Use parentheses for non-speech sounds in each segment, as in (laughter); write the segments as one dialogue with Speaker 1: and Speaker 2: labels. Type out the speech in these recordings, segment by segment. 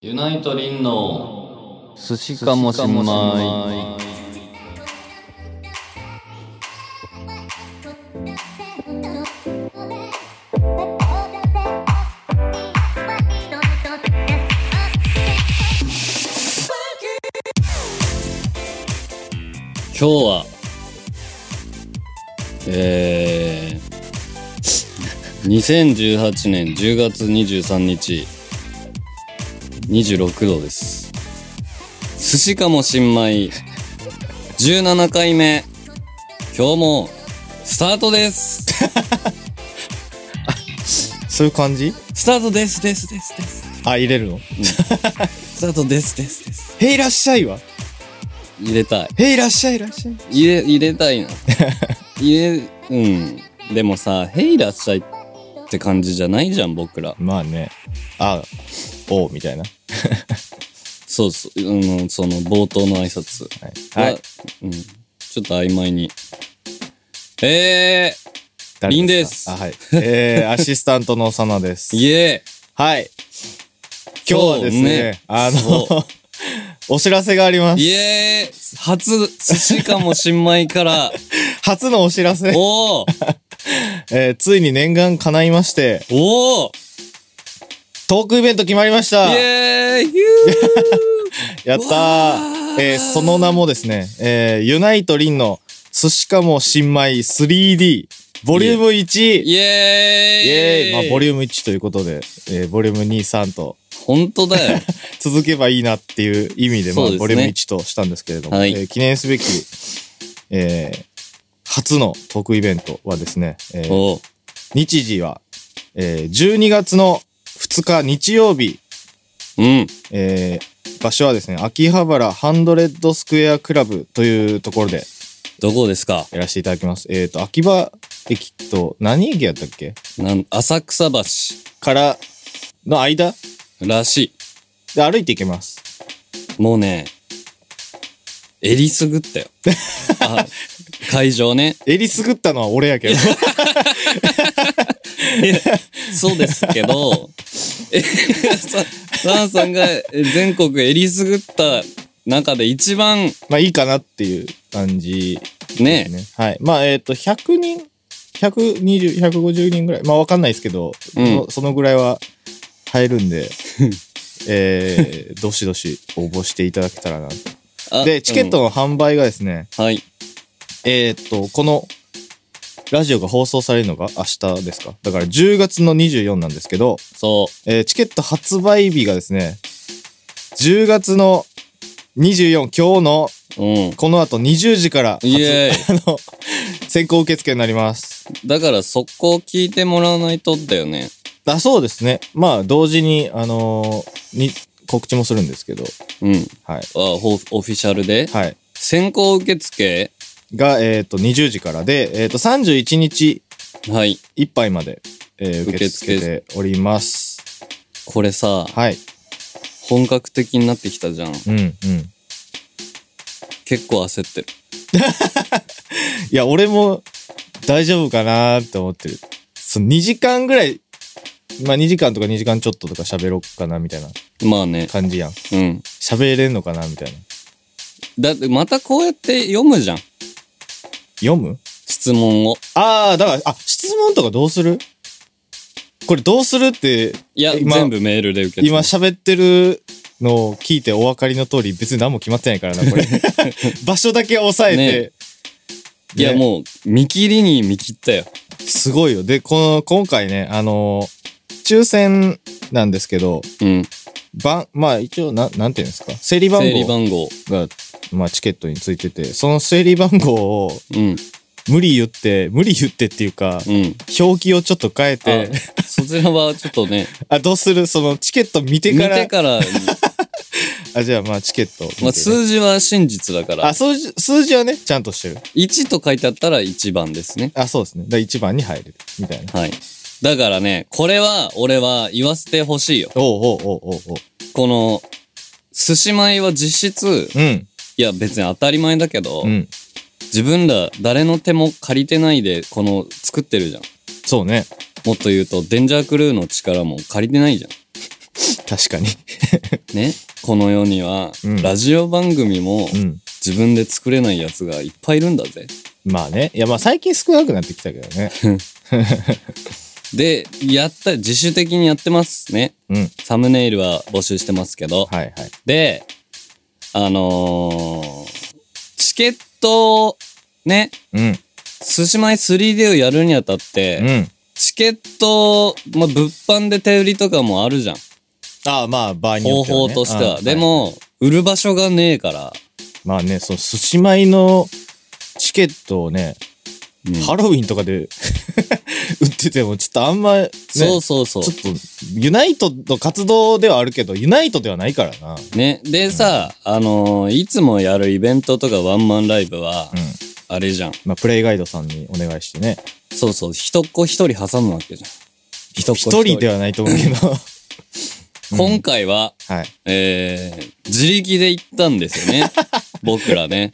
Speaker 1: ユナイトリンの寿司かもしんない。今日は、えー、2018年10月23日、26度です。寿司かも新米、17回目、今日も、スタートです
Speaker 2: そういう感じ
Speaker 1: (laughs) スタートですですですです。
Speaker 2: あ、入れるの
Speaker 1: スタートですですです。
Speaker 2: へいらっしゃいは
Speaker 1: 入れたい。
Speaker 2: へいらっしゃいいらっしゃい。
Speaker 1: 入れ、入れたい
Speaker 2: (laughs)
Speaker 1: な。入れ、うん。でもさ、ヘイらっしゃいって感じじゃないじゃん、僕ら。
Speaker 2: まあね。あ、おう、みたいな。
Speaker 1: そうそう、うん、その冒頭の挨拶。
Speaker 2: はい。はい。
Speaker 1: うん。ちょっと曖昧に。え
Speaker 2: 誰
Speaker 1: リンです
Speaker 2: あ、はい。えー、アシスタントのサナです
Speaker 1: ー、。イエー
Speaker 2: はい。今日はですね、あ
Speaker 1: そ
Speaker 2: の、 (laughs) お知らせがありま
Speaker 1: イ
Speaker 2: す。
Speaker 1: エーイ初、寿司かも新米
Speaker 2: (laughs)
Speaker 1: から、
Speaker 2: 初のお知らせ。
Speaker 1: おー
Speaker 2: えー、ついに念願叶いまして、
Speaker 1: おー
Speaker 2: トークイベント決まりまし
Speaker 1: イ
Speaker 2: た。
Speaker 1: エーイ
Speaker 2: (laughs)
Speaker 1: ヒ
Speaker 2: やったー。えー、その名もですね、えー、ユナイトリンの寿司かも新米 3D、ボリューム1。
Speaker 1: ューイエーイ
Speaker 2: イエーイ、まあ、ボリューム1ということで、えーボリューム2、3と
Speaker 1: 本当だ
Speaker 2: (laughs)
Speaker 1: よ。
Speaker 2: 続けばいいなっていう意味で、まあ
Speaker 1: そうですね
Speaker 2: ボリューム1としたんですけれども、
Speaker 1: はい
Speaker 2: えー記念すべき、えー初のトークイベントはですね、えー
Speaker 1: おー
Speaker 2: 日時は、えー12月の2日日曜日、
Speaker 1: うん。
Speaker 2: えー場所はですね、秋葉原ハンドレッドスクエアクラブというところで
Speaker 1: どこですか
Speaker 2: やらせていただきます。えっ、と、秋葉駅と何駅やったっけ
Speaker 1: なん浅草橋
Speaker 2: からの間
Speaker 1: らしい。
Speaker 2: で歩いていけます。
Speaker 1: もうね、えりすぐ
Speaker 2: (laughs)
Speaker 1: ったよ。あ会場ね。
Speaker 2: えりすぐったのは俺
Speaker 1: (laughs)
Speaker 2: やけど。
Speaker 1: そうですけど、えさサンさんがえ全国えりすぐった中で一番
Speaker 2: まあいいかなっていう感じです
Speaker 1: ね、
Speaker 2: ね。はい。まあえっ、と、100人、120、150人ぐらい。まあわかんないですけど、
Speaker 1: うん
Speaker 2: そのそのぐらいは入るん
Speaker 1: (laughs)
Speaker 2: で、えー、どしどし応募していただけたらなと。
Speaker 1: あ
Speaker 2: で、チケット、の販売がですね、
Speaker 1: うんはい。
Speaker 2: えっ、と、この、ラジオが放送されるのが明日ですかだから10月の24なんですけど、
Speaker 1: そ
Speaker 2: えーチケット発売日がですね、10月の24、今日の
Speaker 1: う。うん。
Speaker 2: この後20時から発
Speaker 1: イエ
Speaker 2: あの (laughs) 先行受付になります。
Speaker 1: だからそこ聞いてもらわないとだよね。
Speaker 2: だそうですね。まあ同時にあのーに告知もするんですけど、
Speaker 1: うん。
Speaker 2: はい
Speaker 1: あほオフィシャルで。
Speaker 2: はい
Speaker 1: 先行受付
Speaker 2: がえっ、と20時からでえっ、と31日
Speaker 1: はい。
Speaker 2: いっぱいまで、えー受け付けております。
Speaker 1: これさ、
Speaker 2: はい。
Speaker 1: 本格的になってきたじゃん。
Speaker 2: うんうん。
Speaker 1: 結構焦ってる。
Speaker 2: いや俺も大丈夫かなーって思ってる。その2時間ぐらい。まあ2時間とか2時間ちょっととか喋ろうかなみたいな
Speaker 1: まあね。
Speaker 2: 感じやん。
Speaker 1: うん。
Speaker 2: 喋れんのかなみたいな。
Speaker 1: だってまたこうやって読むじゃん。
Speaker 2: 読む
Speaker 1: 質問を。
Speaker 2: ああ、だから、あ、質問とかどうするこれどうするって、
Speaker 1: いや、
Speaker 2: 今
Speaker 1: 全部メールで受けて
Speaker 2: 今
Speaker 1: ま
Speaker 2: 喋ってるのを聞いてお分かりの通り、別に何も決まってないからな、
Speaker 1: (laughs)
Speaker 2: これ。場所だけ押さえて。
Speaker 1: いや、
Speaker 2: ね
Speaker 1: もう、見切りに見切ったよ。
Speaker 2: すごいよ。で、この、今回ね、あのー抽選なんですけど、
Speaker 1: うん。
Speaker 2: 番、まあ一応、なん、なんていうんですか。整理番
Speaker 1: 整理
Speaker 2: 号
Speaker 1: 番号。
Speaker 2: が、まあチケットについてて、その整理番号を
Speaker 1: うん。
Speaker 2: 無理言って、無理言ってっていうか、
Speaker 1: うん。
Speaker 2: 表記をちょっと変えて、
Speaker 1: あ (laughs) そちらはちょっとね、
Speaker 2: あ、どうするそのチケット (laughs) 見て
Speaker 1: 見
Speaker 2: から
Speaker 1: て、
Speaker 2: (laughs)
Speaker 1: から、
Speaker 2: あ、じゃあまあチケット見てね、
Speaker 1: まあ、数字は真実だから
Speaker 2: あ、、数字、数字はね、ちゃんとしてる。
Speaker 1: 1と書いてあったら1番ですね。
Speaker 2: あ、そうですね。だ1番に入れる。みたいな。
Speaker 1: はい。だからね、これは、俺は言わせてほしいよ。
Speaker 2: おうおうおうおうおう。
Speaker 1: この、寿司米は実質、
Speaker 2: うん。
Speaker 1: いや別に当たり前だけど、
Speaker 2: うん。
Speaker 1: 自分ら誰の手も借りてないで、この作ってるじゃん。
Speaker 2: そうね。
Speaker 1: もっと言うと、デンジャークルーの力も借りてないじゃん。
Speaker 2: 確かに。
Speaker 1: ね、この世には、
Speaker 2: うん
Speaker 1: ラジオ番組も
Speaker 2: うん。
Speaker 1: 自分で作れないやつがいっぱいいるんだぜ。
Speaker 2: まあね。いや、まあ最近少なくなってきたけどね。
Speaker 1: で、やった、自主的にやってますね。
Speaker 2: うん。
Speaker 1: サムネイルは募集してますけど。
Speaker 2: はいはい。
Speaker 1: で、あのーチケットをね、
Speaker 2: うん。
Speaker 1: 寿司米 3D をやるにあたって、
Speaker 2: うん。
Speaker 1: チケット、まあ、物販で手売りとかもあるじゃん。
Speaker 2: ああ、まあ場合によ
Speaker 1: 方
Speaker 2: っては、
Speaker 1: 法
Speaker 2: ね。
Speaker 1: としては。
Speaker 2: うん
Speaker 1: で、も、売る場所がねえから。
Speaker 2: まあね、その寿司米のチケットをね、
Speaker 1: うん
Speaker 2: ハロウィンとかで (laughs) 売ってても、ちょっとあんま、ね、
Speaker 1: そうそうそう。
Speaker 2: ちょっと、ユナイトの活動ではあるけど、ユナイトではないからな。
Speaker 1: ね。でさ、あのーいつもやるイベントとかワンマンライブは
Speaker 2: う、ん。
Speaker 1: あれじゃん。
Speaker 2: まあ、プレイガイドさんにお願いしてね。
Speaker 1: そうそう、一っ子一人挟むわけじゃん。一っ子
Speaker 2: 一人ではないと思うけど。
Speaker 1: (laughs)
Speaker 2: うん
Speaker 1: 今回は、
Speaker 2: はい。
Speaker 1: えー、自力で行ったんですよ
Speaker 2: (laughs)
Speaker 1: ね。僕らね。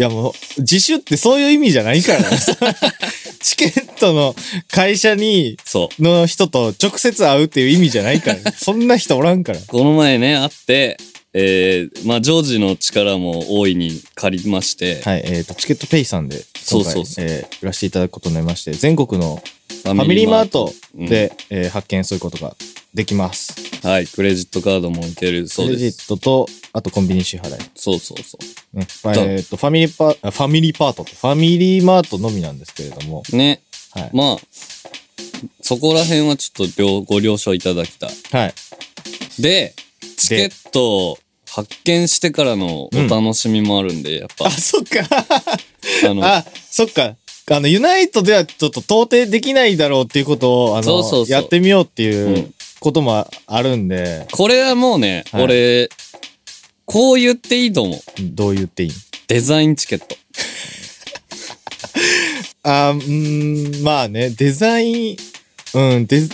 Speaker 2: いやもう、自主ってそういう意味じゃないからね。 (laughs) チケットの会社に、
Speaker 1: そう。
Speaker 2: の人と直接会うっていう意味じゃないから、ね、そんな人おらんから。
Speaker 1: この前ね、会って、えー、まあ、ジョージの力も大いに借りまして、
Speaker 2: はい、えっ、と、チケットペイさんで、
Speaker 1: そう
Speaker 2: 今
Speaker 1: そう
Speaker 2: 回
Speaker 1: そう
Speaker 2: えー売らせていただくことになりまして、全国の
Speaker 1: ファ
Speaker 2: ファミリーマート
Speaker 1: うん
Speaker 2: で、えー発券することができます。
Speaker 1: はい、クレジットカードもいけるそう
Speaker 2: クレジ
Speaker 1: です。
Speaker 2: ットと、あとコンビニ支払い。
Speaker 1: そうそうそ
Speaker 2: ねまあえっ、と、ファミリーパー、あファミリーパートって、ファミリーマートのみなんですけれども、
Speaker 1: う。ね、
Speaker 2: はい。
Speaker 1: まあ、そこら辺はちょっと了ご了承いただきたい。
Speaker 2: はい。
Speaker 1: で、チケットを発見してからのお楽しみもあるんで、やっぱ
Speaker 2: あ、、そっか。
Speaker 1: あの、
Speaker 2: (laughs) あ、そっか。あの、ユナイトではちょっと到底できないだろうっていうことを、あの、
Speaker 1: そうそうそう
Speaker 2: やってみようって
Speaker 1: う
Speaker 2: いうんこともあるんで、
Speaker 1: これはもうね、
Speaker 2: はい
Speaker 1: 俺、こう言っていいと思う。
Speaker 2: どう言っていい
Speaker 1: デザインチケット。
Speaker 2: あ、うーん、まあね、デザイン、うん、デ、 (laughs)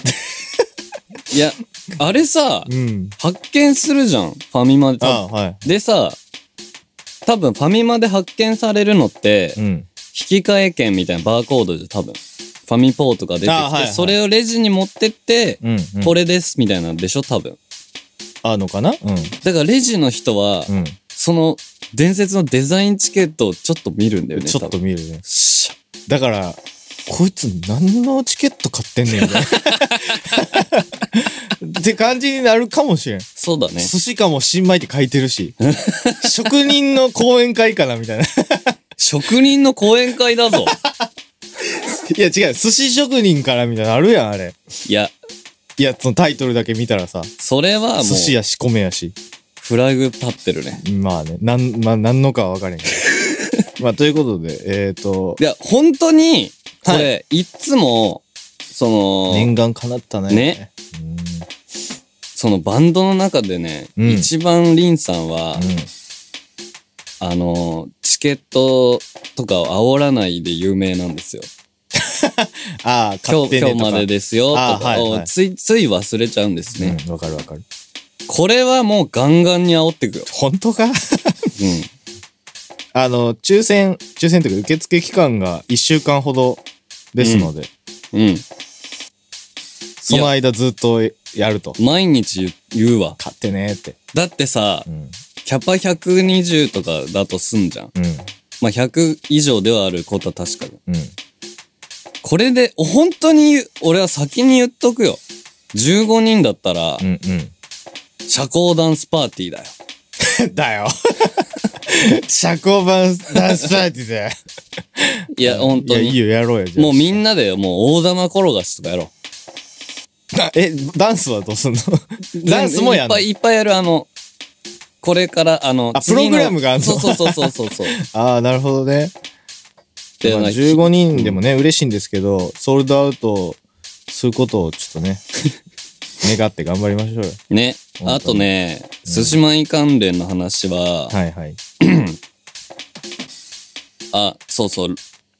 Speaker 1: いや、あれさ、
Speaker 2: うん。
Speaker 1: 発見するじゃん、ファミマで。
Speaker 2: あ、はい。
Speaker 1: でさ、多分ファミマで発見されるのって、
Speaker 2: うん。
Speaker 1: 引き換え券みたいなバーコードじゃん多分。ファミポーとか出てきて、
Speaker 2: あはいはい
Speaker 1: それをレジに持ってって、
Speaker 2: うん、うん。
Speaker 1: これですみたいなんでしょ多分。
Speaker 2: あのかなうん。
Speaker 1: だからレジの人は、
Speaker 2: うん。
Speaker 1: その伝説のデザインチケットをちょっと見るんだよね。
Speaker 2: ちょ
Speaker 1: 多
Speaker 2: っと
Speaker 1: 分
Speaker 2: 見るね。
Speaker 1: しゃ
Speaker 2: だから、こいつ何のチケット買ってんねんみたい
Speaker 1: (laughs)
Speaker 2: な。って感じになるかもしれん。
Speaker 1: そうだね。
Speaker 2: 寿司かも新米って書いてる
Speaker 1: (laughs)
Speaker 2: し。職人の講演会かなみたいな。 (laughs) い
Speaker 1: 職人の講演会
Speaker 2: (laughs)
Speaker 1: だぞ。
Speaker 2: や違う、寿司職人からみたいなのあるやん、あれ。
Speaker 1: いや、
Speaker 2: いや、そのタイトルだけ見たらさ、
Speaker 1: それはもう、
Speaker 2: 寿司やし、米やし。
Speaker 1: フラグ立ってるね。
Speaker 2: まあね、なん、まあ、なんのかは分かれへんけ
Speaker 1: (laughs)
Speaker 2: ど。まあ、ということで、えっ、ー、と
Speaker 1: い、や、本当に、こ
Speaker 2: はい
Speaker 1: れ、い、つも、その、
Speaker 2: 念願叶ったね。
Speaker 1: ねそのバンドの中でね、
Speaker 2: うん
Speaker 1: 一番リンさんは
Speaker 2: うん。、うん。
Speaker 1: あの、チケットとかを煽らないで有名なんですよ。
Speaker 2: ああ、買
Speaker 1: 今
Speaker 2: って
Speaker 1: 日、
Speaker 2: ね
Speaker 1: 今
Speaker 2: と
Speaker 1: 日
Speaker 2: か
Speaker 1: までですよ、と
Speaker 2: あ
Speaker 1: か
Speaker 2: ーはいはい
Speaker 1: をつい、つい忘れちゃうんですね。
Speaker 2: うん、わかるわかる。
Speaker 1: これはもうガンガンに煽ってくよ。
Speaker 2: 本当か (laughs)
Speaker 1: うん。
Speaker 2: あの、抽選、抽選というか受付期間が1週間ほどですので、
Speaker 1: うん。
Speaker 2: その間ずっとやると。
Speaker 1: 毎日言うわ。
Speaker 2: 買ってねって。
Speaker 1: だってさ
Speaker 2: う、ん。
Speaker 1: キャパ120とかだとすんじゃん。
Speaker 2: うん。
Speaker 1: まあ、100以上ではあることは確かに。
Speaker 2: うん。
Speaker 1: これで、本当に、俺は先に言っとくよ。15人だったら
Speaker 2: う、ん。う
Speaker 1: 社交ダンスパーティーだよ。
Speaker 2: ん。 (laughs) だよ。社交版ダンスパーティーだよ。
Speaker 1: いや、本当
Speaker 2: いや、いい
Speaker 1: に。
Speaker 2: よ、やろうよ。じゃあ
Speaker 1: もうみんなで、もう大玉転がしとかやろ
Speaker 2: な (laughs) え、ダンスはどうすんの
Speaker 1: (laughs) う。
Speaker 2: ダンスもやんの
Speaker 1: いっぱいいっぱいやる、あの、これから、あの、
Speaker 2: あ
Speaker 1: 次の
Speaker 2: プログラムがあんの
Speaker 1: そうそうそうそうそう
Speaker 2: (laughs)
Speaker 1: そう。
Speaker 2: ああ、なるほどね。
Speaker 1: で
Speaker 2: まあ
Speaker 1: なんか
Speaker 2: 15人でもね、嬉しいんですけど、ソールドアウトすることをちょっ
Speaker 1: (laughs)
Speaker 2: とね、願って頑張りましょうよ。
Speaker 1: ね。
Speaker 2: 本当に
Speaker 1: あとね、寿司米関連の話は、
Speaker 2: はいはい。
Speaker 1: あ、そうそう、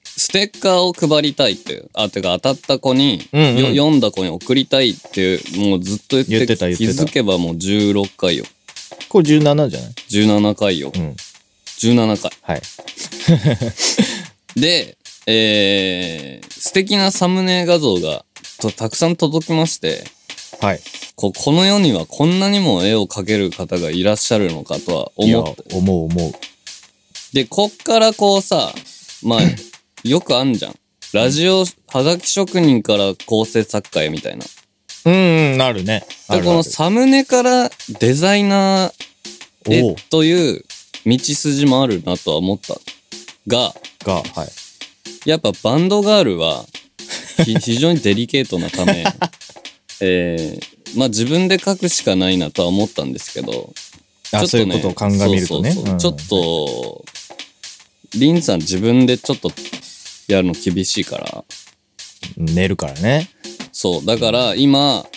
Speaker 1: ステッカーを配りたいっていう、あ、てか当たった子に、
Speaker 2: うんうん
Speaker 1: よ読んだ子に送りたいっていう、もうずっと言って
Speaker 2: 言ってた言ってた
Speaker 1: 気づけばもう16回よ。
Speaker 2: これ17じゃない
Speaker 1: 17回よ。
Speaker 2: うん。
Speaker 1: 17回。
Speaker 2: はい。
Speaker 1: で、えー、素敵なサムネ画像がとたくさん届きまして、
Speaker 2: はい。
Speaker 1: ここの世にはこんなにも絵を描ける方がいらっしゃるのかとは思っ
Speaker 2: いや思う思う。
Speaker 1: で、こっからこうさ、
Speaker 2: (clears throat)
Speaker 1: まあ、よくあんじゃん。ラジオ、はがき職人から構成作家へみたいな。
Speaker 2: うん、うん、なるね。あ
Speaker 1: で、
Speaker 2: る
Speaker 1: こ
Speaker 2: あ
Speaker 1: の
Speaker 2: る
Speaker 1: サムネからデザイナー
Speaker 2: お
Speaker 1: へ
Speaker 2: う
Speaker 1: という道筋もあるなとは思った。が、
Speaker 2: が、はい。
Speaker 1: やっぱバンドガールは、
Speaker 2: (laughs)
Speaker 1: ひ非常にデリケートなため、えー、まあ自分で書くしかないなとは思ったんですけど、
Speaker 2: あ、
Speaker 1: ち
Speaker 2: そ
Speaker 1: ょ
Speaker 2: う
Speaker 1: っ
Speaker 2: いうことを鑑みるとね。
Speaker 1: そうそうそう
Speaker 2: うん
Speaker 1: ちょっと、リンさん自分でちょっとやるの厳しいから。
Speaker 2: 寝るからね。
Speaker 1: そう。だから今、も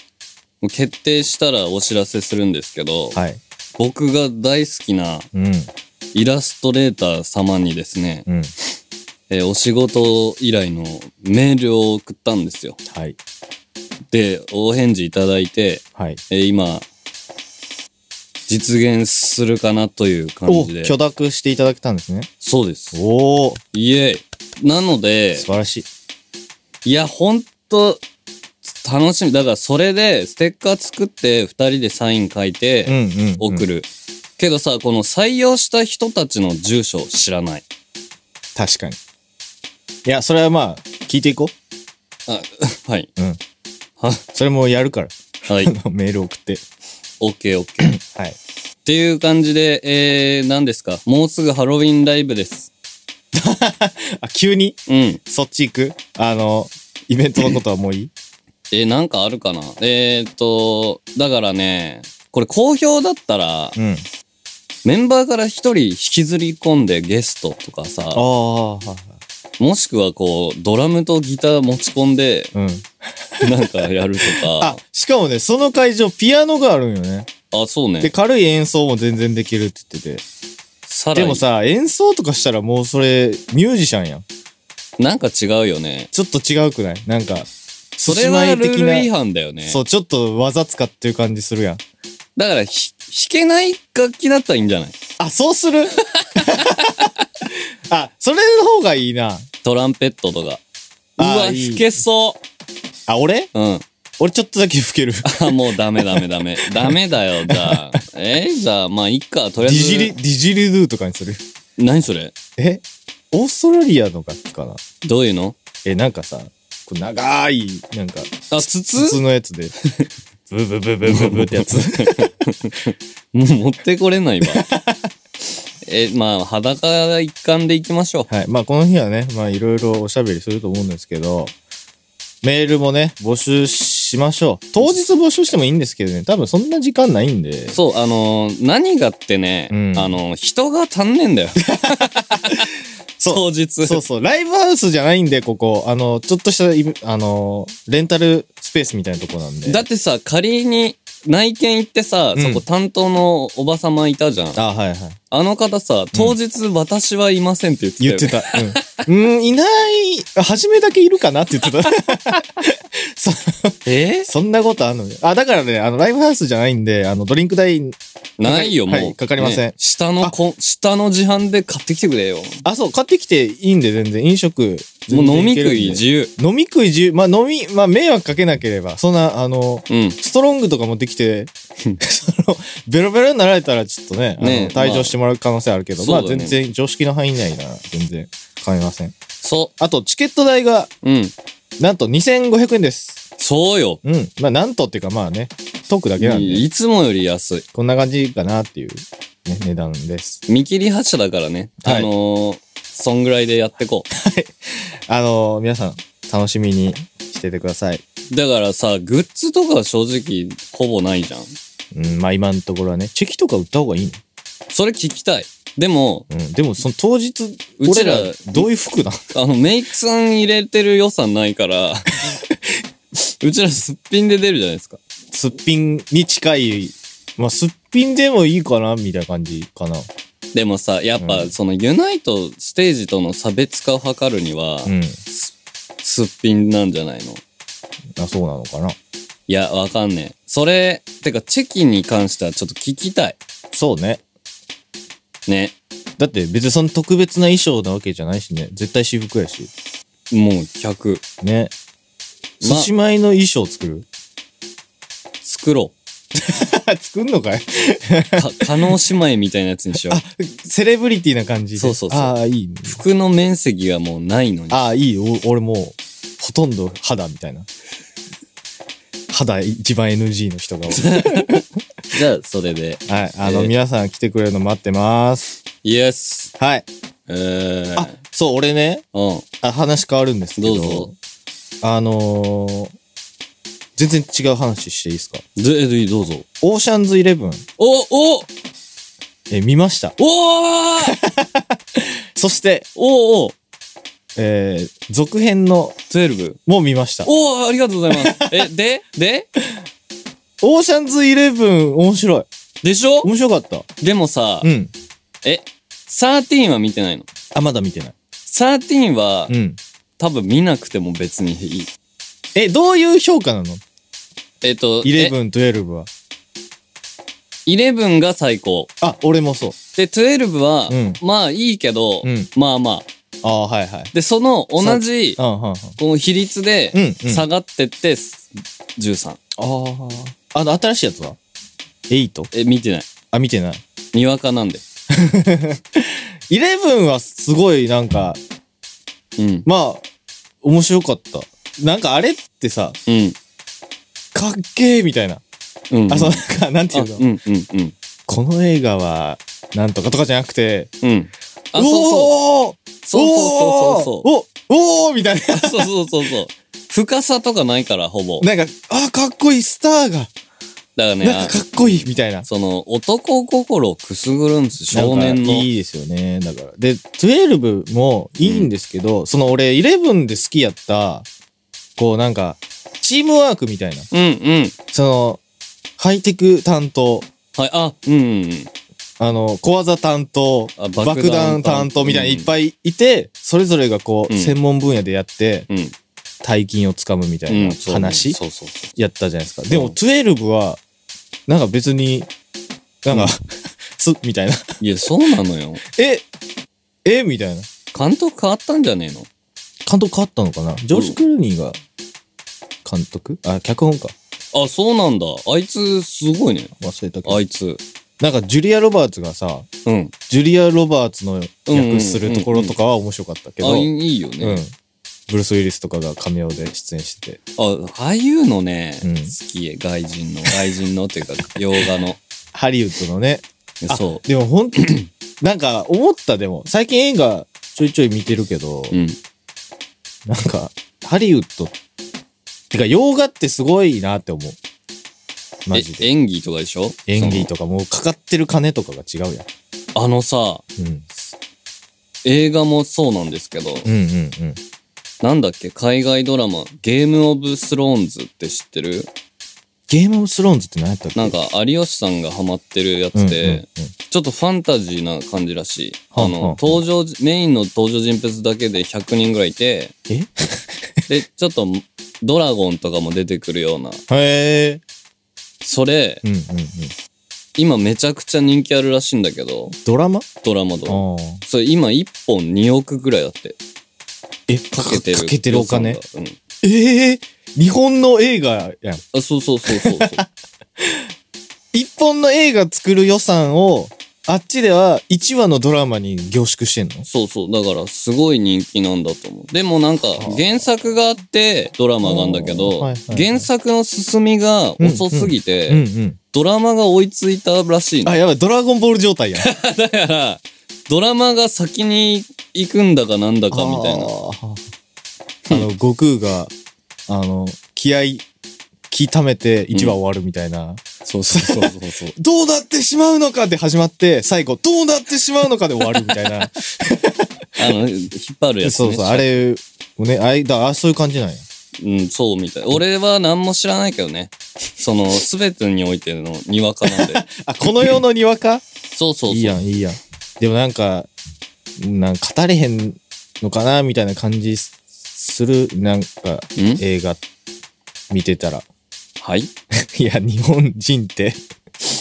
Speaker 1: う決定したらお知らせするんですけど、
Speaker 2: はい。
Speaker 1: 僕が大好きな
Speaker 2: うん、
Speaker 1: イラストレーター様にですね、
Speaker 2: うん。
Speaker 1: えーお仕事依頼のメールを送ったんですよ。
Speaker 2: はい。
Speaker 1: で、お返事いただいて、
Speaker 2: はい。
Speaker 1: えー今、実現するかなという感
Speaker 2: お、
Speaker 1: じで。
Speaker 2: 許諾していただけたんですね。
Speaker 1: そうです。
Speaker 2: おお、
Speaker 1: イエイ。なので、
Speaker 2: 素晴らしい。
Speaker 1: いや、ほんと、楽しみ。だから、それで、ステッカー作って、二人でサイン書い
Speaker 2: うん
Speaker 1: て、
Speaker 2: うん、うん。
Speaker 1: 送る。けどさ、この採用した人たちの住所を知らない。
Speaker 2: 確かに。いや、それはまあ、聞いていこ
Speaker 1: あ、はい。
Speaker 2: う。うん。
Speaker 1: は、
Speaker 2: それもやるから。 (laughs)
Speaker 1: はい。
Speaker 2: メール送って。
Speaker 1: オッケーオッケー。っ
Speaker 2: はい。
Speaker 1: ていう感じで、えー、何ですかもうすぐハロウィンライブです。
Speaker 2: あ、急に
Speaker 1: うん。え
Speaker 2: そっち行くあの、イベントのことはもういい
Speaker 1: ー、なんかあるかなえーっと、だからね、これ好評だったら、
Speaker 2: うん。
Speaker 1: メンバーから一人引きずり込んでゲストとかさ、
Speaker 2: ああ、はいはい
Speaker 1: もしくはこう、ドラムとギター持ち込んで、
Speaker 2: うん。
Speaker 1: なんかやると
Speaker 2: あ
Speaker 1: か。、
Speaker 2: しかもね、その会場、ピアノがあるんよね。
Speaker 1: あ、そう
Speaker 2: で、
Speaker 1: ね。
Speaker 2: 軽い演奏も全然できるって言ってて。
Speaker 1: さら
Speaker 2: で
Speaker 1: に
Speaker 2: もさ、演奏とかしたらもうそれ、ミュージシャンやん。
Speaker 1: なんか違うよね。
Speaker 2: ちょっと違うくないなんか、
Speaker 1: それはルール違
Speaker 2: 反、
Speaker 1: 反だよね。
Speaker 2: そう、ちょっと技使ってる感じするやん。
Speaker 1: だからひ、弾けない楽器だったらいいんじゃない
Speaker 2: あ、そうする (laughs) あ、それの方がいいな。
Speaker 1: トランペットとか。う
Speaker 2: あ
Speaker 1: わ、
Speaker 2: いい
Speaker 1: 弾けそ
Speaker 2: あ、俺
Speaker 1: う。うん。
Speaker 2: 俺ちょっとだけ吹ける。
Speaker 1: あ、もうダメダメ
Speaker 2: (laughs)
Speaker 1: ダメ。ダメだよ、じゃあ。えーじゃあ、まあ、いっか、とりあ
Speaker 2: ディ
Speaker 1: えず。
Speaker 2: ジリ、ディジリドゥとかにする。
Speaker 1: 何それ
Speaker 2: えオーストラリアの楽器かな
Speaker 1: どういうの
Speaker 2: え、なんかさ、こう長い、なんか、
Speaker 1: あ、筒
Speaker 2: 筒のやつで、 (laughs) ブブブブブブってやつ。
Speaker 1: (laughs) もう持ってこれないわ。え、まあ、裸一貫でいきましょう。
Speaker 2: (laughs) はい。まあ、この日はね、まあ、いろいろおしゃべりすると思うんですけど、メールもね、募集しましょう。当日募集してもいいんですけどね、多分そんな時間ないんで、
Speaker 1: そう、あのー何がってね、
Speaker 2: うん
Speaker 1: あのー人が足んねえんだよ。
Speaker 2: そう
Speaker 1: 当日。
Speaker 2: そうそう、ライブハウスじゃないんで、ここ、あの、ちょっとしたイベ、あの、レンタルスペースみたいなとこなんで。
Speaker 1: だってさ、仮に内見行ってさ、
Speaker 2: うん
Speaker 1: そこ担当のおばさまいたじゃん。
Speaker 2: あ、はいはい。
Speaker 1: あの方さ、当日私はいませんって言
Speaker 2: 言
Speaker 1: っ
Speaker 2: ってて
Speaker 1: たよね。
Speaker 2: た。うん、うん、いない、初めだけいるかなって言ってた。 (laughs) そ
Speaker 1: え
Speaker 2: そんなことあるのあ、だからね、あの、ライブハウスじゃないんで、あの、ドリンク代、
Speaker 1: ないよ、もう、
Speaker 2: はいかかりません
Speaker 1: ね下のこ、下の自販で買ってきてくれよ。
Speaker 2: あ、そう、買ってきていいんで、全然、飲食。
Speaker 1: もう
Speaker 2: 全然
Speaker 1: 飲み
Speaker 2: けるん
Speaker 1: 食
Speaker 2: で
Speaker 1: い自由。
Speaker 2: 飲み食い自由。まあ、飲み、まあ、迷惑かけなければ。そんな、あの、
Speaker 1: うん。
Speaker 2: ストロングとか持ってきて、 (laughs) その、ベロベロになられたら、ちょっとね、あの
Speaker 1: ねえ
Speaker 2: 退場してもらう可能性あるけど、
Speaker 1: ま
Speaker 2: ま
Speaker 1: あ
Speaker 2: あ、
Speaker 1: そうだね
Speaker 2: 全然、常識の範囲内なら、全然、構いません。
Speaker 1: そ
Speaker 2: あと、チケット代が、
Speaker 1: う。うん。
Speaker 2: なんと2500円です。
Speaker 1: そうよ。
Speaker 2: うん。まあ、なんとっていうか、まあね、トークだけなんで、
Speaker 1: いつもより安い。
Speaker 2: こんな感じかなっていう、ね、値段です。
Speaker 1: 見切り発車だからね。
Speaker 2: はい
Speaker 1: あのーそんぐらいでやってこう。
Speaker 2: あの、皆さん、楽しみにしててください。
Speaker 1: だからさ、グッズとかは正直ほぼないじゃん。
Speaker 2: うん、まあ、今のところはね、チェキとか売った方がいいの
Speaker 1: それ聞きたい。でも、
Speaker 2: うん、でもその当日、
Speaker 1: うちら
Speaker 2: 俺どういう服だ
Speaker 1: あの、メイクさん入れてる予算ないから、 (laughs) うちらすっぴんで出るじゃないですか。
Speaker 2: すっぴんに近い、まあ、すっぴんでもいいかなみたいな感じかな。
Speaker 1: でもさ、やっぱ、
Speaker 2: うん
Speaker 1: そのユナイトステージとの差別化を図るには、
Speaker 2: うん。
Speaker 1: すすっぴんなんじゃないの
Speaker 2: あ、そうなのかな。
Speaker 1: いや、わかんねえ。それ、てか、チェキに関してはちょっと聞きたい。
Speaker 2: そうね。
Speaker 1: ね。
Speaker 2: だって別にその特別な衣装なわけじゃないしね。絶対私服やし。
Speaker 1: もう100。
Speaker 2: ね。
Speaker 1: ま
Speaker 2: 寿司米の衣装作る、
Speaker 1: 作ろ。
Speaker 2: (laughs) 作んのかいう (laughs)
Speaker 1: か、加納姉妹みたいなやつにしよ
Speaker 2: あ
Speaker 1: う。、
Speaker 2: セレブリティな感じで。
Speaker 1: そうそうそう
Speaker 2: ああ、いいね。
Speaker 1: 服の面積がもうないのに。
Speaker 2: ああ、いいよ。お俺もう、ほとんど肌みたいな。肌一番 NG の人が多い。 (laughs)
Speaker 1: じゃあ、それで。
Speaker 2: はい。あの、
Speaker 1: えー
Speaker 2: 皆さん来てくれるの待ってます。
Speaker 1: イエス
Speaker 2: はい。
Speaker 1: えー、
Speaker 2: あ、そう、俺ね、
Speaker 1: うん。
Speaker 2: あ話変わるんですけど。
Speaker 1: どうぞ。
Speaker 2: あのー全然違う話していいですか
Speaker 1: で、えどうぞ。
Speaker 2: オーシャンズイレブン、
Speaker 1: お、お
Speaker 2: え、見ました。
Speaker 1: おー
Speaker 2: そして、
Speaker 1: おお
Speaker 2: えー続編の、
Speaker 1: !12。
Speaker 2: も見ました。
Speaker 1: おーありがとうございます。え、でで
Speaker 2: オーシャンズイレブン、面白い。
Speaker 1: でしょ
Speaker 2: 面白かった。
Speaker 1: でもさ、
Speaker 2: うん。
Speaker 1: え、13は見てないの
Speaker 2: あ、まだ見てない。
Speaker 1: ?13 は、
Speaker 2: うん。
Speaker 1: 多分見なくても別にいい。
Speaker 2: え、どういう評価なの
Speaker 1: えっと、え
Speaker 2: ?11、12は。
Speaker 1: 11が最高。
Speaker 2: あ、俺もそう。
Speaker 1: で、12は、
Speaker 2: うん
Speaker 1: まあいいけど、
Speaker 2: うん
Speaker 1: まあまあ。
Speaker 2: ああ、はいはい。
Speaker 1: で、その同じ、
Speaker 2: うん、うん、う
Speaker 1: こ
Speaker 2: ん。
Speaker 1: の比率で
Speaker 2: うんうん、
Speaker 1: 下がってって、13。
Speaker 2: ああ。あの、新しいやつは ?8?
Speaker 1: え、見てない。
Speaker 2: あ、見てない。
Speaker 1: にわかなんで。
Speaker 2: 11はすごい、なんか、
Speaker 1: うん。
Speaker 2: まあ、面白かった。なんかあれってさ、
Speaker 1: うん。
Speaker 2: かっけーみたいな。
Speaker 1: うん。
Speaker 2: あ、そう、なんか、なんて
Speaker 1: あ
Speaker 2: いううんの、
Speaker 1: うんうん
Speaker 2: この映画は、なんとかとかじゃなくて、
Speaker 1: うん。あ、
Speaker 2: う
Speaker 1: そうそ
Speaker 2: おー
Speaker 1: う。そうそうそうそうそう。
Speaker 2: おおーみたいな。
Speaker 1: あそうそうそうそう。深さとかないから、ほぼ。だか
Speaker 2: (laughs) なんか、あ、かっこいい、スターが、
Speaker 1: らね、
Speaker 2: なん
Speaker 1: あ
Speaker 2: かかっこいい、みたいな。
Speaker 1: その、男心をくすぐるんです、少
Speaker 2: な
Speaker 1: 年
Speaker 2: んか
Speaker 1: の。
Speaker 2: いいですよね。だから。で、12もいいんですけど、その俺、11で好きやった、こうなんか、チームワークみたいな。
Speaker 1: うんうん。
Speaker 2: その、ハイテク担当、
Speaker 1: はい、あ、うんうんうん。
Speaker 2: あの、小技担当、
Speaker 1: あ
Speaker 2: 爆弾爆弾担当みたいなのいっぱいいて、それぞれがこう、
Speaker 1: うん
Speaker 2: 専門分野でやって、
Speaker 1: うん。
Speaker 2: 大金をつかむみたいな
Speaker 1: そう
Speaker 2: 話、
Speaker 1: そうそうそ
Speaker 2: やったじゃないですか。
Speaker 1: ん
Speaker 2: でも、12は、なんか別に、なん (laughs) か、す、みたいな。
Speaker 1: う。いや、そうなのよ。
Speaker 2: え、えみたいな。
Speaker 1: 監督変わったんじゃねえの
Speaker 2: 監督変わったのかなジョージ・クルーニーが、監督あ、脚本か。
Speaker 1: あ、そうなんだ。あいつ、すごいね。
Speaker 2: 忘れたけど
Speaker 1: あ。いつ。
Speaker 2: なんか、ジュリア・ロバーツがさ、
Speaker 1: うん。
Speaker 2: ジュリア・ロバーツの役するところとかは面白かったけど、
Speaker 1: あ、い
Speaker 2: うん。
Speaker 1: いいいよね。
Speaker 2: ブルース・ウィリスとかがcameo で出演してて。
Speaker 1: あ、ああいうのね、
Speaker 2: うん
Speaker 1: 好き。外人の。外人のっていうか、洋画の。
Speaker 2: ハリウッドのね。あ
Speaker 1: そ
Speaker 2: でもほ (clears throat) ん、なんか思ったでも、最近映画ちょいちょい見てるけど、
Speaker 1: う。うん。
Speaker 2: なんか、ハリウッド、てか洋画ってすごいなって思う。マ
Speaker 1: え
Speaker 2: ジ、で。
Speaker 1: 演技とかでしょ
Speaker 2: 演技とかもうかかってる金とかが違うやん。
Speaker 1: そのあのさ、
Speaker 2: うん。
Speaker 1: 映画もそうなんですけど、
Speaker 2: うんうんうん。
Speaker 1: なんだっけ海外ドラマ、ゲームオブスローンズって知ってる
Speaker 2: ゲームオブスローンズって何やったっけ
Speaker 1: なんか、有吉さんがハマってるやつ
Speaker 2: うんうんうん
Speaker 1: で、ちょっとファンタジーな感じらしい。
Speaker 2: はあ
Speaker 1: あ
Speaker 2: はあは
Speaker 1: の
Speaker 2: あ、
Speaker 1: 登場、メインの登場人物だけで100人ぐらいいて、
Speaker 2: え
Speaker 1: (laughs) で、ちょっと、ドラゴンとかも出てくるような。
Speaker 2: へえ。
Speaker 1: それ、
Speaker 2: うんうんうん。
Speaker 1: 今めちゃくちゃ人気あるらしいんだけど、
Speaker 2: ドラマ
Speaker 1: ドラマド
Speaker 2: あ
Speaker 1: ラマ。
Speaker 2: ー
Speaker 1: それ今1本2億ぐらいだって。
Speaker 2: え、
Speaker 1: かけてる。
Speaker 2: かけてるお金
Speaker 1: 予算がうん。
Speaker 2: ええ日本の映画やん。
Speaker 1: あ、そうそうそうそう
Speaker 2: (laughs)
Speaker 1: そう。
Speaker 2: 一本の映画作る予算を、あっちでは1話のドラマに凝縮してんの
Speaker 1: そうそう。だから、すごい人気なんだと思う。でもなんか
Speaker 2: は、あ
Speaker 1: 原作があって、ドラマがあんだけど、
Speaker 2: はいはいはい
Speaker 1: 原作の進みが遅すぎて、
Speaker 2: うんうん。
Speaker 1: ドラマが追いついたらしいの。
Speaker 2: あ、やばい、ドラゴンボール状 (laughs) 態やん。か
Speaker 1: だから、ドラマが先に行くんだかなんだかみたいな。
Speaker 2: あの、悟空が、あの、気合、気溜めて1話終わるみたいな。
Speaker 1: そうそうそうそうそう。
Speaker 2: どうなってしまうのかで始まって、最後、どうなってしまうのかで終わるみたい (laughs) な。
Speaker 1: (laughs) あの、引っ張るやつ、ね。
Speaker 2: そうそう、あれ、ね、あれ、だあそういう感じなんや。
Speaker 1: うん、そうみたい。俺は何も知らないけどね。その、すべてにおいてのにわかなん
Speaker 2: (laughs)
Speaker 1: で。
Speaker 2: あ、この世のにわか
Speaker 1: そうそうそう。
Speaker 2: いいやん、いいやん。でもなんか、なんか語れへんのかな、みたいな感じする、なんか、
Speaker 1: ん
Speaker 2: 映画見てたら。 (laughs)
Speaker 1: はい
Speaker 2: いや、日本人って。 (laughs)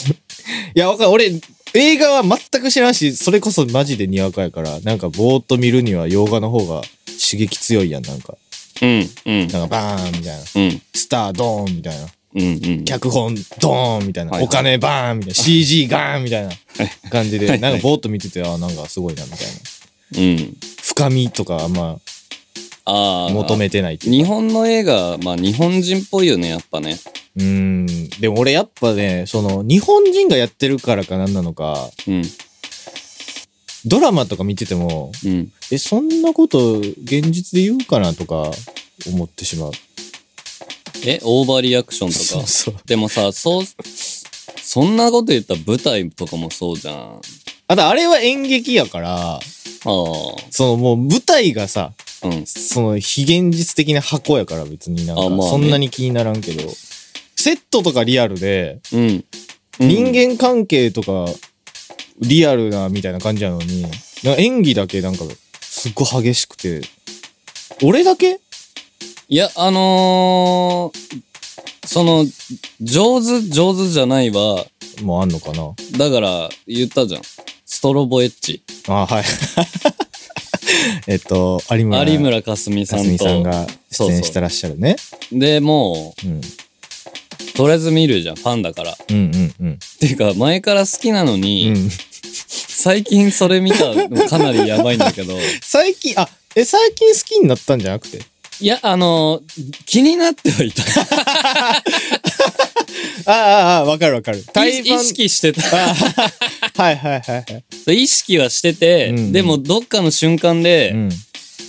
Speaker 2: いや、わかる。俺、映画は全く知らんし、それこそマジでにわかやから、なんかぼーっと見るには洋画の方が刺激強いやん、なんか。
Speaker 1: うん、うん、
Speaker 2: なんかバーンみたいな。
Speaker 1: うん。
Speaker 2: スタードーンみたいな。
Speaker 1: うんうん。
Speaker 2: 脚本ドーンみたいな、
Speaker 1: はいはい
Speaker 2: お金バーンみたいな、CG ガーンみたいな感じで、
Speaker 1: はいはい
Speaker 2: なんかぼーっと見てて、あーなんかすごいなみたいな。
Speaker 1: うん。
Speaker 2: 深みとかあんま
Speaker 1: ああ。
Speaker 2: 求めてないっていう
Speaker 1: 日
Speaker 2: か
Speaker 1: 本の映画、まあ日本人っぽいよね、やっぱね。
Speaker 2: うーん。でも俺やっぱね、その、日本人がやってるからかなんなのか、
Speaker 1: うん。
Speaker 2: ドラマとか見てても、
Speaker 1: うん。
Speaker 2: え、そんなこと現実で言うかなとか思ってしまう。
Speaker 1: え、オーバーリアクション
Speaker 2: そ
Speaker 1: と
Speaker 2: う
Speaker 1: か。
Speaker 2: そう。
Speaker 1: でもさ、そう、そんなこと言ったら舞台とかもそうじゃん。あ
Speaker 2: あとあれは演劇やから、
Speaker 1: あ。
Speaker 2: そのもう舞台がさ、
Speaker 1: うん。
Speaker 2: その非現実的な箱やから別になんか、
Speaker 1: あまあね
Speaker 2: そんなに気にならんけど、セットとかリアルで、
Speaker 1: うん。
Speaker 2: 人間関係とかリアルなみたいな感じなのに、なんか演技だけなんかすっごい激しくて、俺だけ
Speaker 1: いや、あのーその、上手、上手じゃないは、
Speaker 2: もあんのかな
Speaker 1: だから、言ったじゃん。ストロボエッジ。
Speaker 2: あはい。 (laughs) えっと、有村
Speaker 1: 有村架純さ
Speaker 2: 架
Speaker 1: ん
Speaker 2: 純
Speaker 1: と。
Speaker 2: さんが出演してらっしゃるね。
Speaker 1: で、も
Speaker 2: うん
Speaker 1: う、とりあえず見るじゃん、ファンだから。っ
Speaker 2: うんうんうん。
Speaker 1: ていうか、前から好きなのに、
Speaker 2: うん
Speaker 1: 最近それ見たのかなりやばいんだけど、
Speaker 2: (laughs) 最近、あ、え、最近好きになったんじゃなくて
Speaker 1: いや、あの気になってはいた。
Speaker 2: ああ、ああ、わかるわかる。
Speaker 1: 意意識してた。
Speaker 2: ああはいはいはいはい。
Speaker 1: そう意識はしてて、
Speaker 2: うんうん
Speaker 1: でも、どっかの瞬間で、
Speaker 2: うん。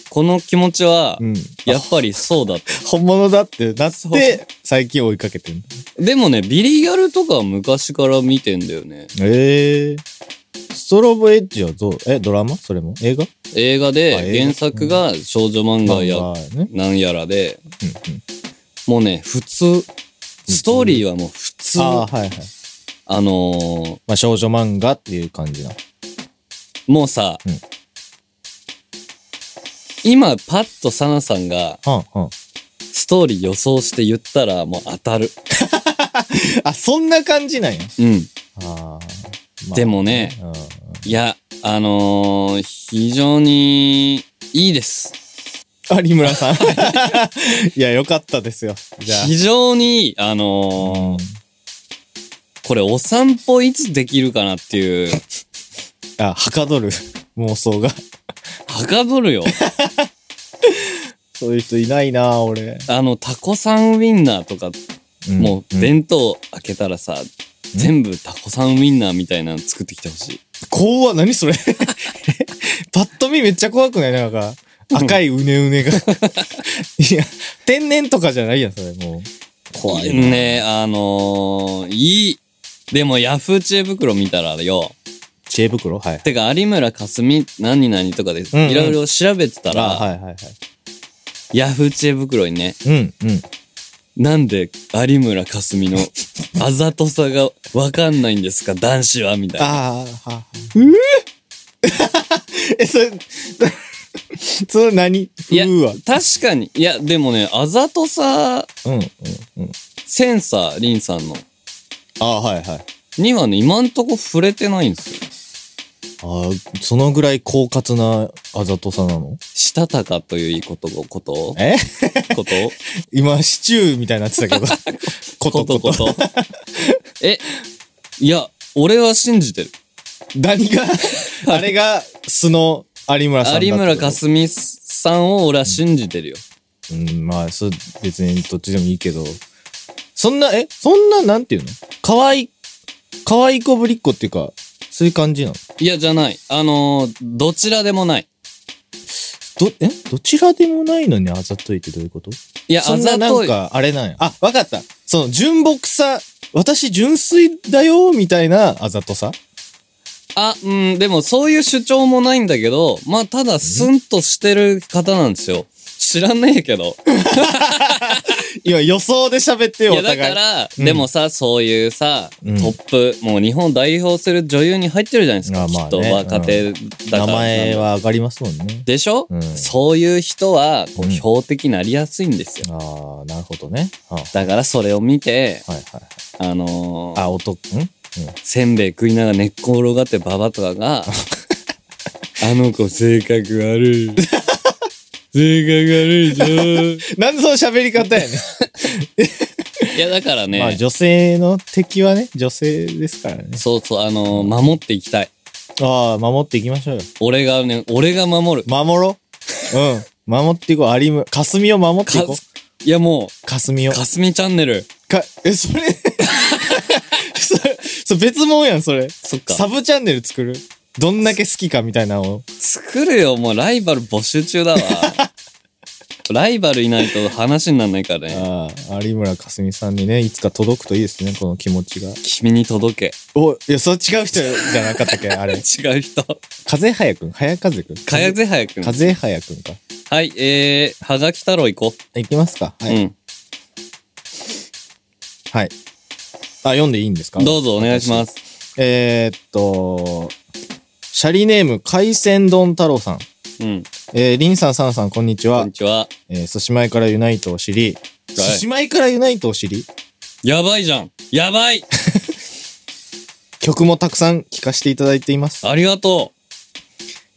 Speaker 1: この気持ちは、
Speaker 2: うん。
Speaker 1: やっぱりそうだった。
Speaker 2: 本物だってなっ
Speaker 1: そう
Speaker 2: て、最近追いかけてる。
Speaker 1: でもね、ビリギャルとかは昔から見てんだよね。
Speaker 2: ええストロボエッジはどうえ、ドラマそれも映画
Speaker 1: 映画
Speaker 2: あ
Speaker 1: で
Speaker 2: 映画
Speaker 1: 原作が少女漫画や
Speaker 2: 漫画ね。
Speaker 1: なんやらで、
Speaker 2: うんうん。
Speaker 1: もうね、普通。ストーリーはもう普通。
Speaker 2: ああ、
Speaker 1: あ
Speaker 2: はいはい。
Speaker 1: の
Speaker 2: まあ、少女漫画っていう感じな。
Speaker 1: ー、もうさ
Speaker 2: うん、
Speaker 1: 今パッとサナさんが
Speaker 2: はんはん。
Speaker 1: ストーリー予想して言ったらもう当たる。
Speaker 2: (laughs) あ、そんな感じなんや。
Speaker 1: うん。
Speaker 2: あーまあ。
Speaker 1: でもね
Speaker 2: うんうん。
Speaker 1: いや、あのー、非常にいいです。
Speaker 2: 有村さん。 (laughs) いや、よかったですよ。じゃあ。
Speaker 1: 非常にいい。あ
Speaker 2: うん
Speaker 1: のー、これお散歩いつできるかなっていう。
Speaker 2: (laughs) あ、はかどる妄想が。
Speaker 1: はかどるよ。
Speaker 2: そういう人いないな、俺。
Speaker 1: あの、タコさんウインナーとか、
Speaker 2: うん
Speaker 1: もう、
Speaker 2: ん
Speaker 1: 弁当開けたらさ、全部タコさんウインナーみたいなの作ってきてほしい。
Speaker 2: 怖っ何それ (laughs) パッと見めっちゃ怖くないなんか、赤いうねうね (laughs) が。いや、天然とかじゃないやん、それ、も怖いな
Speaker 1: ねあのー、いい。でも、ヤフー知恵袋見たらよ。
Speaker 2: う。知恵袋はい。
Speaker 1: てか、有村架純何々とかで、
Speaker 2: んうん
Speaker 1: いろいろ調べてたら、
Speaker 2: はいはいはい。
Speaker 1: ヤフー知恵袋にね、
Speaker 2: うん、うん。
Speaker 1: なんで有村架純
Speaker 2: (laughs)
Speaker 1: のあざとさがわかんないんですか、男子は、みたいな。
Speaker 2: ああ、はうぅ (laughs) え、それ、 (laughs) それ何
Speaker 1: いや
Speaker 2: ふうわ。
Speaker 1: 確かに。いや、でもね、あざとさ、
Speaker 2: うん、うん、うん。
Speaker 1: センサー、リンさんの。
Speaker 2: ああ、はいはい。
Speaker 1: にはね、今んとこ触れてないんですよ。
Speaker 2: ああ、そのぐらい狡猾なあざとさなの
Speaker 1: したたかということを、ことを、
Speaker 2: え (laughs)
Speaker 1: ことを、
Speaker 2: 今、シチューみたいになって (laughs) たけど。ことこと。
Speaker 1: と。 (laughs) え、いや、俺は信じてる。
Speaker 2: 何が、あれが素の有村さんだって
Speaker 1: 有
Speaker 2: こと
Speaker 1: 村架純さんを俺は信じてるよ。
Speaker 2: うん、まあ、そう、別にどっちでもいいけど。そんな、え、そんな、なんていうの可愛い、可愛い子ぶりっ子っていうか、そういう感じなの
Speaker 1: いや、じゃない。あのーどちらでもない。
Speaker 2: ど、えどちらでもないのにあざといってどういうこと
Speaker 1: いや、
Speaker 2: そ
Speaker 1: あ
Speaker 2: んな
Speaker 1: ざ
Speaker 2: な
Speaker 1: と
Speaker 2: ん
Speaker 1: い。
Speaker 2: か、あれなんや。あ、わかった。その、純朴さ、私純粋だよ、みたいなあざとさ
Speaker 1: あ、うん、でもそういう主張もないんだけど、まあ、ただ、スンとしてる方なんですよ。知らねえけど。
Speaker 2: 今予想で喋って
Speaker 1: い
Speaker 2: (laughs) よ、お
Speaker 1: や、だ
Speaker 2: 互い。
Speaker 1: から、
Speaker 2: うん
Speaker 1: でもさ、そういうさ、
Speaker 2: うん
Speaker 1: トップ、もう日本代表する女優に入ってるじゃないですか。
Speaker 2: あまあ
Speaker 1: き
Speaker 2: ね
Speaker 1: っと若手だから。
Speaker 2: 名前は上がりますもんね。
Speaker 1: でしょ、
Speaker 2: うん
Speaker 1: そういう人は、こ
Speaker 2: うん
Speaker 1: う、標的になりやすいんですよ。
Speaker 2: ああ、なるほどね。は
Speaker 1: だから、それを見て、
Speaker 2: あ、はいはい。
Speaker 1: あのー
Speaker 2: あ、音、ん
Speaker 1: せんべい食いながら寝っ転がってババとか
Speaker 2: (laughs)
Speaker 1: が、あの子性格悪い。
Speaker 2: (laughs)
Speaker 1: 性格悪いじゃん。
Speaker 2: なんでその喋り方やねん。
Speaker 1: いや、だからね、
Speaker 2: (laughs) まあ女性の敵はね、女性ですからね。
Speaker 1: そうそう、あのー守っていきたい。
Speaker 2: ああ、守っていきましょうよ。
Speaker 1: 俺がね、俺が守る。
Speaker 2: 守ろう。うん。守っていこう。有村。霞を守っていこ
Speaker 1: かいや、も
Speaker 2: う。霞
Speaker 1: う、
Speaker 2: を。
Speaker 1: かすみチャンネル。
Speaker 2: か、え、それ (laughs) それ、それ別もんやん、それ。
Speaker 1: そっか。
Speaker 2: サブチャンネル作るどんだけ好きかみたいなのを。
Speaker 1: 作るよ、もうライバル募集中
Speaker 2: (laughs)
Speaker 1: だわ。ライバルいないと話にならないからね。
Speaker 2: ああ、有村架純さんにね、いつか届くといいですね、この気持ちが。
Speaker 1: 君に届け。
Speaker 2: お、いや、それ違う人じゃなかったっけあれ。
Speaker 1: 違う人。
Speaker 2: (laughs) 風早くん早風くん
Speaker 1: かやぜはやくん。
Speaker 2: 風早くんか。
Speaker 1: はい、えー、はがき太郎行こ
Speaker 2: いきますか。
Speaker 1: う。
Speaker 2: はい。
Speaker 1: うん。
Speaker 2: はい。あ、読んでいいんですか。
Speaker 1: どうぞお願いしますす。
Speaker 2: えーっと、シャリネーム、海鮮丼太郎さん。
Speaker 1: うん。
Speaker 2: えー、リンさん、サンさん、こんにち
Speaker 1: こ
Speaker 2: は
Speaker 1: んに。ちは。
Speaker 2: えー、寿司前からユナイトを知り、寿司前からユナイトを知り、
Speaker 1: やばいじゃん。やばい。
Speaker 2: 曲もたくさん聴かせていただいています。
Speaker 1: ありがと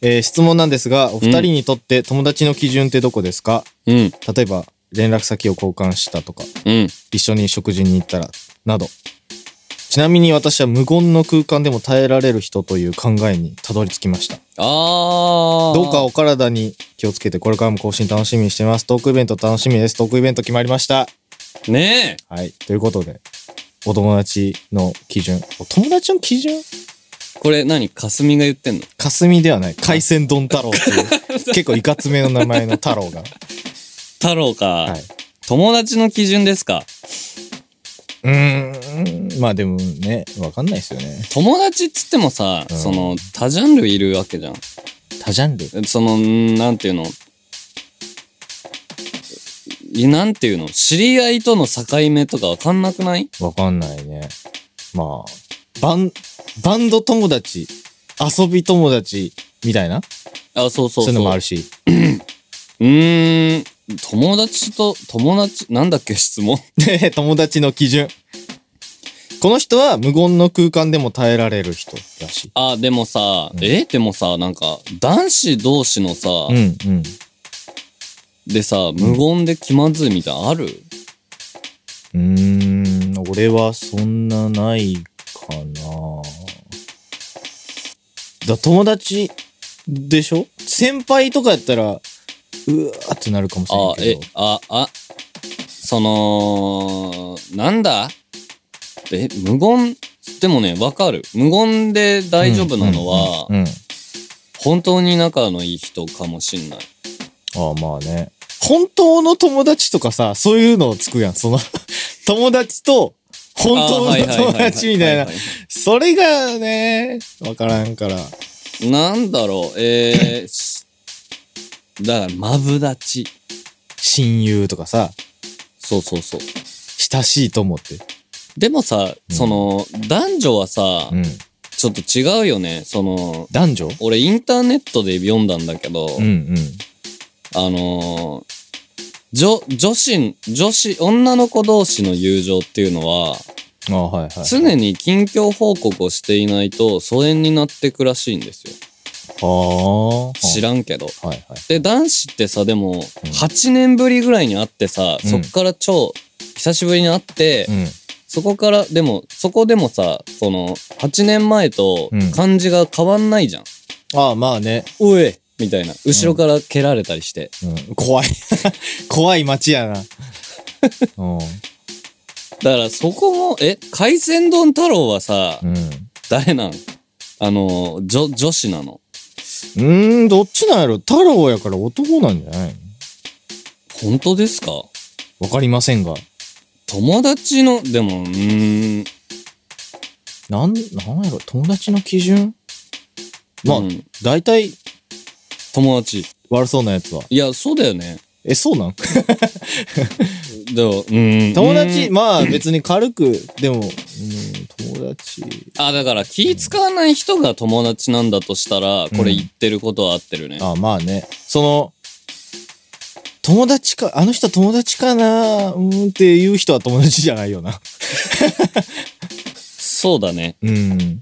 Speaker 2: えー、質問なんですが、お二人にとって友達の基準ってどこですか、
Speaker 1: う。うん。
Speaker 2: 例えば、連絡先を交換したとか、
Speaker 1: うん。
Speaker 2: 一緒に食事に行ったら、など。ちなみに私は無言の空間でも耐えられる人という考えにたどり着きました。
Speaker 1: あー。
Speaker 2: どうかお体に気をつけて、これからも更新楽しみにしてます。トークイベント楽しみです。トークイベント決まりました。
Speaker 1: ね
Speaker 2: はい。ということで、お友達の基準。お友達の基準
Speaker 1: え。これ何かすみが言ってんの
Speaker 2: かすみではない。海鮮丼太郎っていう、結構いかつめの名前の太郎が。
Speaker 1: 太郎か。
Speaker 2: はい。
Speaker 1: 友達の基準ですか
Speaker 2: うーん。まあでもね、わかんないですよね。
Speaker 1: 友達っつってもさ、
Speaker 2: うん
Speaker 1: その、多ジャンルいるわけじゃん。
Speaker 2: 多ジャンル。
Speaker 1: その、んなんていうのいなんていうの知り合いとの境目とかわかんなくない
Speaker 2: わかんないね。まあ、バン、バンド友達、遊び友達、みたいな
Speaker 1: あ、そうそうそう。
Speaker 2: そういうのもあるし。 (laughs)
Speaker 1: うーん、友達と、友達、なんだっけ、質問。 (laughs)
Speaker 2: で、友達の基準。この人は無言の空間でも耐えられる人らしい。
Speaker 1: あ、でもさ、
Speaker 2: うん
Speaker 1: えでもさ、なんか、男子同士のさ、
Speaker 2: うんうん。
Speaker 1: でさ、無言で気まずいみたいなのある、
Speaker 2: うーん、俺はそんなないかな。だ友達でしょ先輩とかやったら、うわーってなるかもしれ
Speaker 1: あ
Speaker 2: ん、け
Speaker 1: え
Speaker 2: ど。、
Speaker 1: あ、あ、その、なんだえ、無言、でもね、わかる。無言で大丈夫なのは、
Speaker 2: うんうんうんうん
Speaker 1: 本当に仲のいい人かもしんない。
Speaker 2: ああ、まあね。本当の友達とかさ、そういうのをつくやん。その、 (laughs) 友達と、本当の友達みたいな
Speaker 1: な。。
Speaker 2: それがね、わからんから。
Speaker 1: なんだろう、えーし、
Speaker 2: (laughs)
Speaker 1: だから、マブダチ。
Speaker 2: 親友とかさ、
Speaker 1: そうそうそう。
Speaker 2: 親しい友って。
Speaker 1: でもさ、
Speaker 2: うん
Speaker 1: その、男女はさ、
Speaker 2: うん。
Speaker 1: ちょっと違うよね。その、
Speaker 2: 男女
Speaker 1: 俺インターネットで読んだんだけど、
Speaker 2: うんうん。
Speaker 1: あのー女、女子、女子、女の子同士の友情っていうのは、
Speaker 2: ああ、はいはい。
Speaker 1: 常に近況報告をしていないと疎遠になってくらしいんですよ。
Speaker 2: はあ。
Speaker 1: 知らんけど。
Speaker 2: はいはい。
Speaker 1: で、男子ってさ、でも、8年ぶりぐらいに会ってさ、
Speaker 2: うん
Speaker 1: そっから超、久しぶりに会って、
Speaker 2: うん。
Speaker 1: そこから、でも、そこでもさ、その、8年前と
Speaker 2: うん
Speaker 1: 感じが変わんないじゃん。
Speaker 2: ああ、まあね。
Speaker 1: おいみたいな。後ろから蹴られたりして。
Speaker 2: うん、怖い。 (laughs) 怖い街やな。 (laughs) うん。
Speaker 1: だから、そこも、え、海鮮丼太郎はさ、
Speaker 2: うん。
Speaker 1: 誰なんあの、女、女子なの。
Speaker 2: うーん、どっちなんやろ太郎やから男なんじゃないの
Speaker 1: 本当ですか
Speaker 2: わかりませんが。
Speaker 1: 友達の、でも、うーん。
Speaker 2: なん、なんやろ、友達の基準まあ、
Speaker 1: うん
Speaker 2: 大体
Speaker 1: 友達。
Speaker 2: 悪そうなやつは。
Speaker 1: いや、そうだよね。
Speaker 2: え、そうなん
Speaker 1: でも、うーん。
Speaker 2: 友
Speaker 1: う
Speaker 2: 達、
Speaker 1: ーん
Speaker 2: まあ別に軽く、でも、うん、友達。
Speaker 1: あ、だから気使わない人が友達なんだとしたら、これ
Speaker 2: うん
Speaker 1: 言ってることは合ってるね。
Speaker 2: あまあね。その、友達か、あの人友達かなうーんっていう人は友達じゃないよな。
Speaker 1: そうだね。
Speaker 2: うん。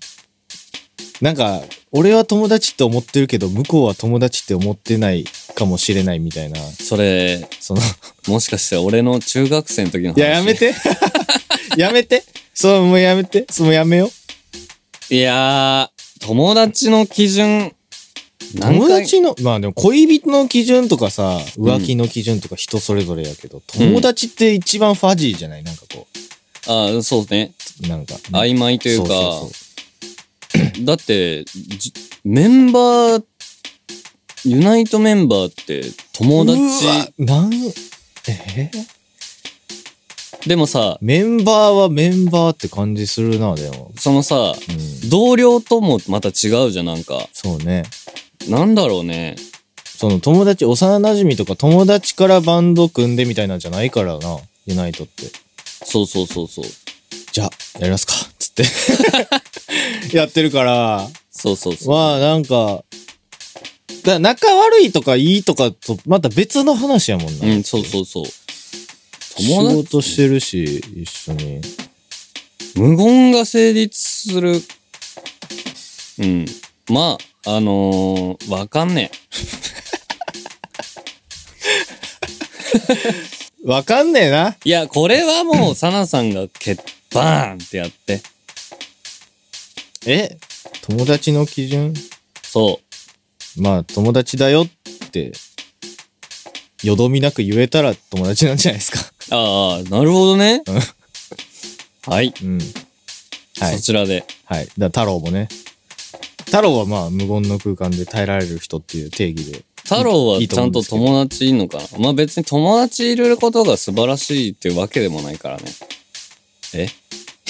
Speaker 2: なんか、俺は友達って思ってるけど、向こうは友達って思ってないかもしれないみたいな、
Speaker 1: それ、
Speaker 2: その、
Speaker 1: もしかして俺の中学生の時の話。
Speaker 2: いや、やめ。て (laughs) やめてそう、もうやめてそう、もうやめよう。
Speaker 1: いやー、友達の基準、何
Speaker 2: 友
Speaker 1: 回
Speaker 2: 達の、まあでも恋人の基準とかさ、浮気の基準とか人それぞれやけど、友達って一番ファジーじゃないなんかこ
Speaker 1: ああ、そうね。
Speaker 2: う、なんか。
Speaker 1: 曖昧というか、
Speaker 2: そうそう
Speaker 1: だって、じメンバー、ユナイトメンバーって友
Speaker 2: そう
Speaker 1: 達、
Speaker 2: うわなん、えー
Speaker 1: でもさ、
Speaker 2: メンバーはメンバーって感じするな、でも。
Speaker 1: そのさ、
Speaker 2: うん。
Speaker 1: 同僚ともまた違うじゃん、なんか。
Speaker 2: そうね。
Speaker 1: なんだろうね。
Speaker 2: その友達、幼馴染とか友達からバンド組んでみたいなんじゃないからな、ユナイトって。
Speaker 1: そうそうそうそう。
Speaker 2: じゃあ、やりますか、つって。 (laughs) やってるから、
Speaker 1: そうそうそう。
Speaker 2: まあなんか、だ仲悪いとかいいとかとまた別の話やもんな。
Speaker 1: うん、そうそうそう。友
Speaker 2: 仕
Speaker 1: 達
Speaker 2: 事してるし、一緒に。
Speaker 1: 無言が成立する。うん。まあ、あのーわかんね
Speaker 2: わかんねえな。
Speaker 1: え。いや、これは (laughs) もう、サナさんがけ、バーンってやって。
Speaker 2: え友達の基準
Speaker 1: そ
Speaker 2: まあ友達だよって、よどみなく言えたら友達なんじゃないですか。
Speaker 1: う。ああ、なるほどね。はい。
Speaker 2: うん。はい
Speaker 1: そ。ちらで。
Speaker 2: はい。だから太郎もね。太郎はまあ無言の空間で耐えられる人っていう定義で。
Speaker 1: 太郎はい
Speaker 2: い
Speaker 1: ち
Speaker 2: と
Speaker 1: ゃ
Speaker 2: 思うんんで
Speaker 1: と
Speaker 2: すけど
Speaker 1: 友達いんのかなまあ別に友達いることが素晴らしいっていうわけでもないからね。え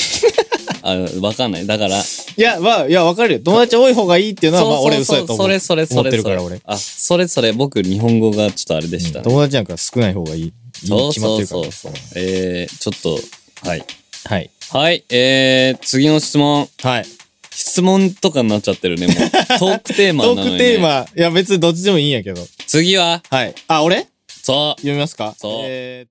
Speaker 1: (laughs) あ、わかんない。だから、
Speaker 2: いや、まあ、いや、わかるよ。友達多い方がいいっていうのは、まあ俺嘘やと思う。
Speaker 1: それそれそ
Speaker 2: 思っ
Speaker 1: れ
Speaker 2: て
Speaker 1: それ
Speaker 2: るから俺。
Speaker 1: あ、それそれ。僕、日本語がちょっとあれでしたね。
Speaker 2: 友達なんか少ない方がいい。いいに
Speaker 1: そう
Speaker 2: 決
Speaker 1: そ
Speaker 2: まって
Speaker 1: う
Speaker 2: るから
Speaker 1: そうそう。えー、ちょっと、はい。
Speaker 2: はい。
Speaker 1: はい、えー、次の質問。
Speaker 2: はい。
Speaker 1: 質問とかになっちゃってる
Speaker 2: (laughs)
Speaker 1: ね、もう。トークテーマな
Speaker 2: ト
Speaker 1: の
Speaker 2: ー
Speaker 1: に、ね。
Speaker 2: クテー。マ、いや別にどっちでもいいんやけど。
Speaker 1: 次は
Speaker 2: はい。あ、俺
Speaker 1: そう。
Speaker 2: 読みますか
Speaker 1: そう
Speaker 2: えー